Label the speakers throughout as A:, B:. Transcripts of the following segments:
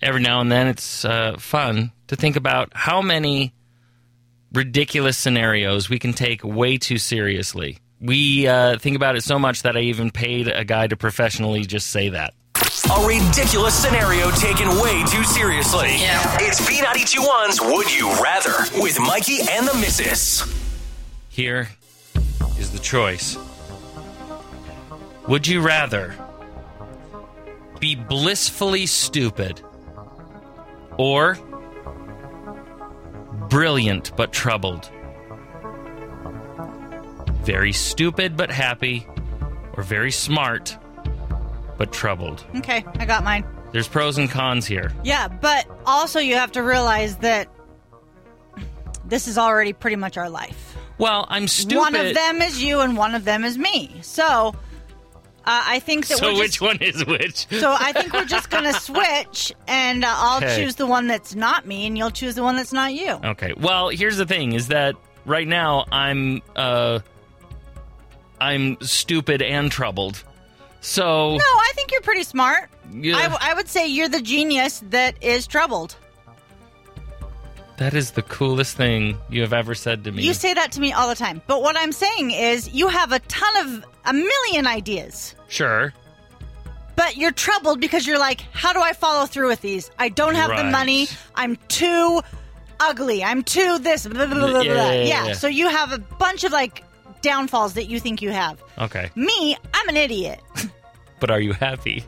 A: every now and then it's uh, fun to think about how many ridiculous scenarios we can take way too seriously. We uh, think about it so much that I even paid a guy to professionally just say that.
B: A ridiculous scenario taken way too seriously.
C: Yeah.
B: It's B921's Would You Rather with Mikey and the Missus.
A: Here is the choice. Would you rather be blissfully stupid or brilliant but troubled? Very stupid but happy or very smart but troubled?
C: Okay, I got mine.
A: There's pros and cons here.
C: Yeah, but also you have to realize that this is already pretty much our life.
A: Well, I'm stupid.
C: One of them is you, and one of them is me. So uh, I think that
A: So
C: we're
A: which
C: just,
A: one is which?
C: so I think we're just going to switch, and uh, I'll
A: Okay. Oh.
C: choose the one that's not me, and you'll choose the one that's not you.
A: Okay. Well, here's the thing: is that right now I'm uh, I'm stupid and troubled. So
C: No, I think you're pretty smart.
A: Yeah.
C: I, w- I would say you're the genius that is troubled.
A: that is the coolest thing you have ever said to me.
C: You say that to me all the time. But what I'm saying is you have a ton of a million ideas.
A: sure.
C: But you're troubled because you're like, how do I follow through with these? I don't have the
A: Right.
C: money. I'm too ugly. I'm too this. Blah, blah, blah, blah,
A: Yeah,
C: blah.
A: yeah, yeah,
C: Yeah,
A: yeah.
C: So you have a bunch of like downfalls that you think you have.
A: Okay.
C: Me, I'm an idiot.
A: But are you happy?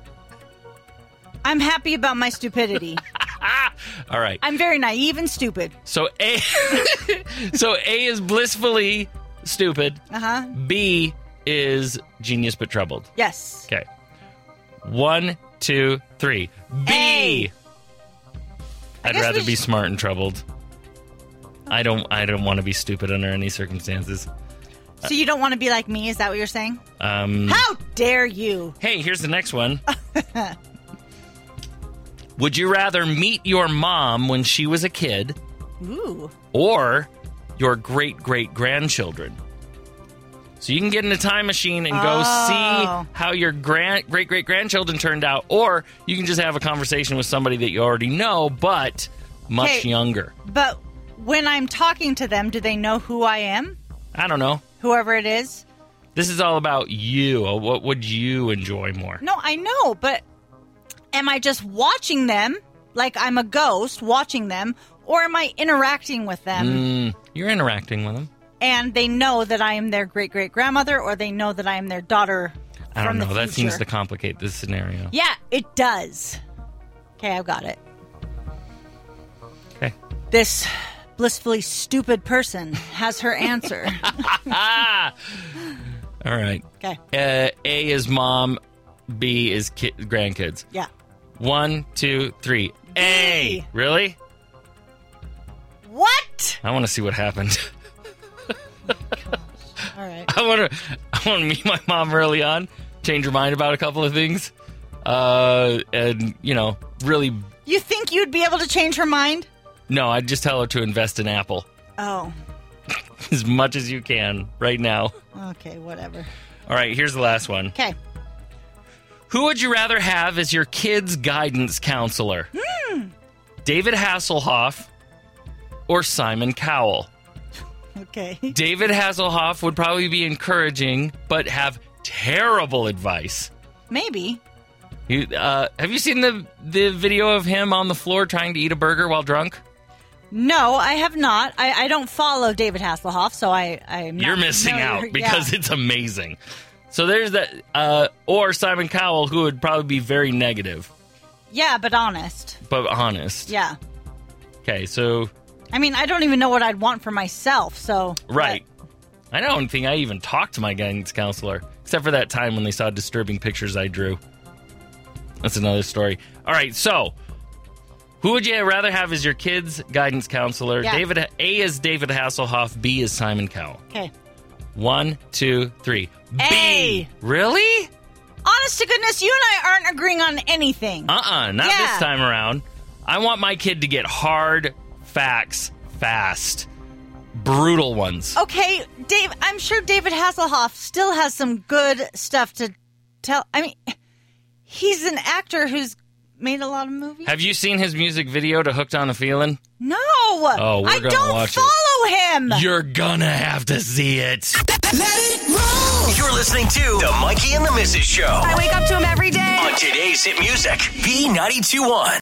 C: I'm happy about my stupidity.
A: All right.
C: I'm very naive and stupid.
A: So A, so A is blissfully stupid.
C: Uh huh.
A: B is genius but troubled.
C: Yes.
A: Okay. One, two, three. B.
C: A. I
A: I'd
C: guess
A: rather
C: we
A: be
C: sh-
A: smart and troubled. I don't. I don't want to be stupid under any circumstances. Uh,
C: So you don't want to be like me? Is that what you're saying?
A: Um,
C: How dare you?
A: hey, here's the next one. Would you rather meet your mom when she was a kid
C: Ooh.
A: or your great great grandchildren? So you can get in a time machine and go
C: Oh.
A: see how your grand great great grandchildren turned out, or you can just have a conversation with somebody that you already know, but much
C: Okay.
A: younger.
C: But when I'm talking to them, do they know who I am?
A: I don't know.
C: Whoever it is?
A: This is all about you. Uh, What would you enjoy more?
C: No, I know, but am I just watching them like I'm a ghost watching them, or am I interacting with them
A: Mm, you're interacting with them.
C: and they know that I am their great great grandmother or they know that I am their daughter?
A: I don't
C: from
A: know.
C: The
A: That seems to
C: future?
A: complicate this scenario.
C: Yeah, it does. Okay, I've got it.
A: Okay.
C: This blissfully stupid person has her answer.
A: All right.
C: okay.
A: Uh, A is mom. B is ki- grandkids.
C: Yeah.
A: One, two, three. A.
C: B.
A: Really?
C: What?
A: I want to see what happened.
C: All right.
A: I want to. I want to meet my mom early on. Change her mind about a couple of things. Uh, and you know, really,
C: You think you'd be able to change her mind?
A: no. I'd just tell her to invest in Apple
C: Oh,
A: as much as you can right now.
C: okay, whatever.
A: All right. Here's the last one.
C: Okay.
A: Who would you rather have as your kid's guidance counselor? David Hasselhoff or Simon Cowell?
C: Okay.
A: David Hasselhoff would probably be encouraging, but have terrible advice.
C: Maybe.
A: You, uh, have you seen the, the video of him on the floor trying to eat a burger while drunk?
C: No, I have not. I, I don't follow David Hasselhoff, so I, I'm not
A: You're missing
C: familiar.
A: out because it's amazing. So there's that. Uh, or Simon Cowell, who would probably be very negative,
C: yeah. yeah, but honest.
A: but honest.
C: Yeah.
A: Okay, so
C: I mean, I don't even know what I'd want for myself, so.
A: Right. I don't think I even talked to my guidance counselor, except for that time when they saw disturbing pictures I drew. That's another story. All right, so who would you rather have as your kid's guidance counselor?
C: Yeah.
A: David A is David Hasselhoff, B is Simon Cowell.
C: Okay.
A: One, two, three. B.
C: A.
A: Really?
C: Honest to goodness, you and I aren't agreeing on anything.
A: Uh uh not
C: Yeah.
A: this time around. I want my kid to get hard facts fast, brutal
C: Oh.
A: ones.
C: okay, Dave, I'm sure David Hasselhoff still has some good stuff to tell. I mean, he's an actor who's made a lot of movies.
A: Have you seen his music video to Hooked on a Feeling?
C: no,
A: Oh, we're
C: I
A: gonna
C: don't
A: watch it.
C: follow him.
A: You're gonna have to see it.
B: You're listening to The Mikey and the Mrs. Show
D: I wake up to him every day.
B: on today's hit music, B92.1.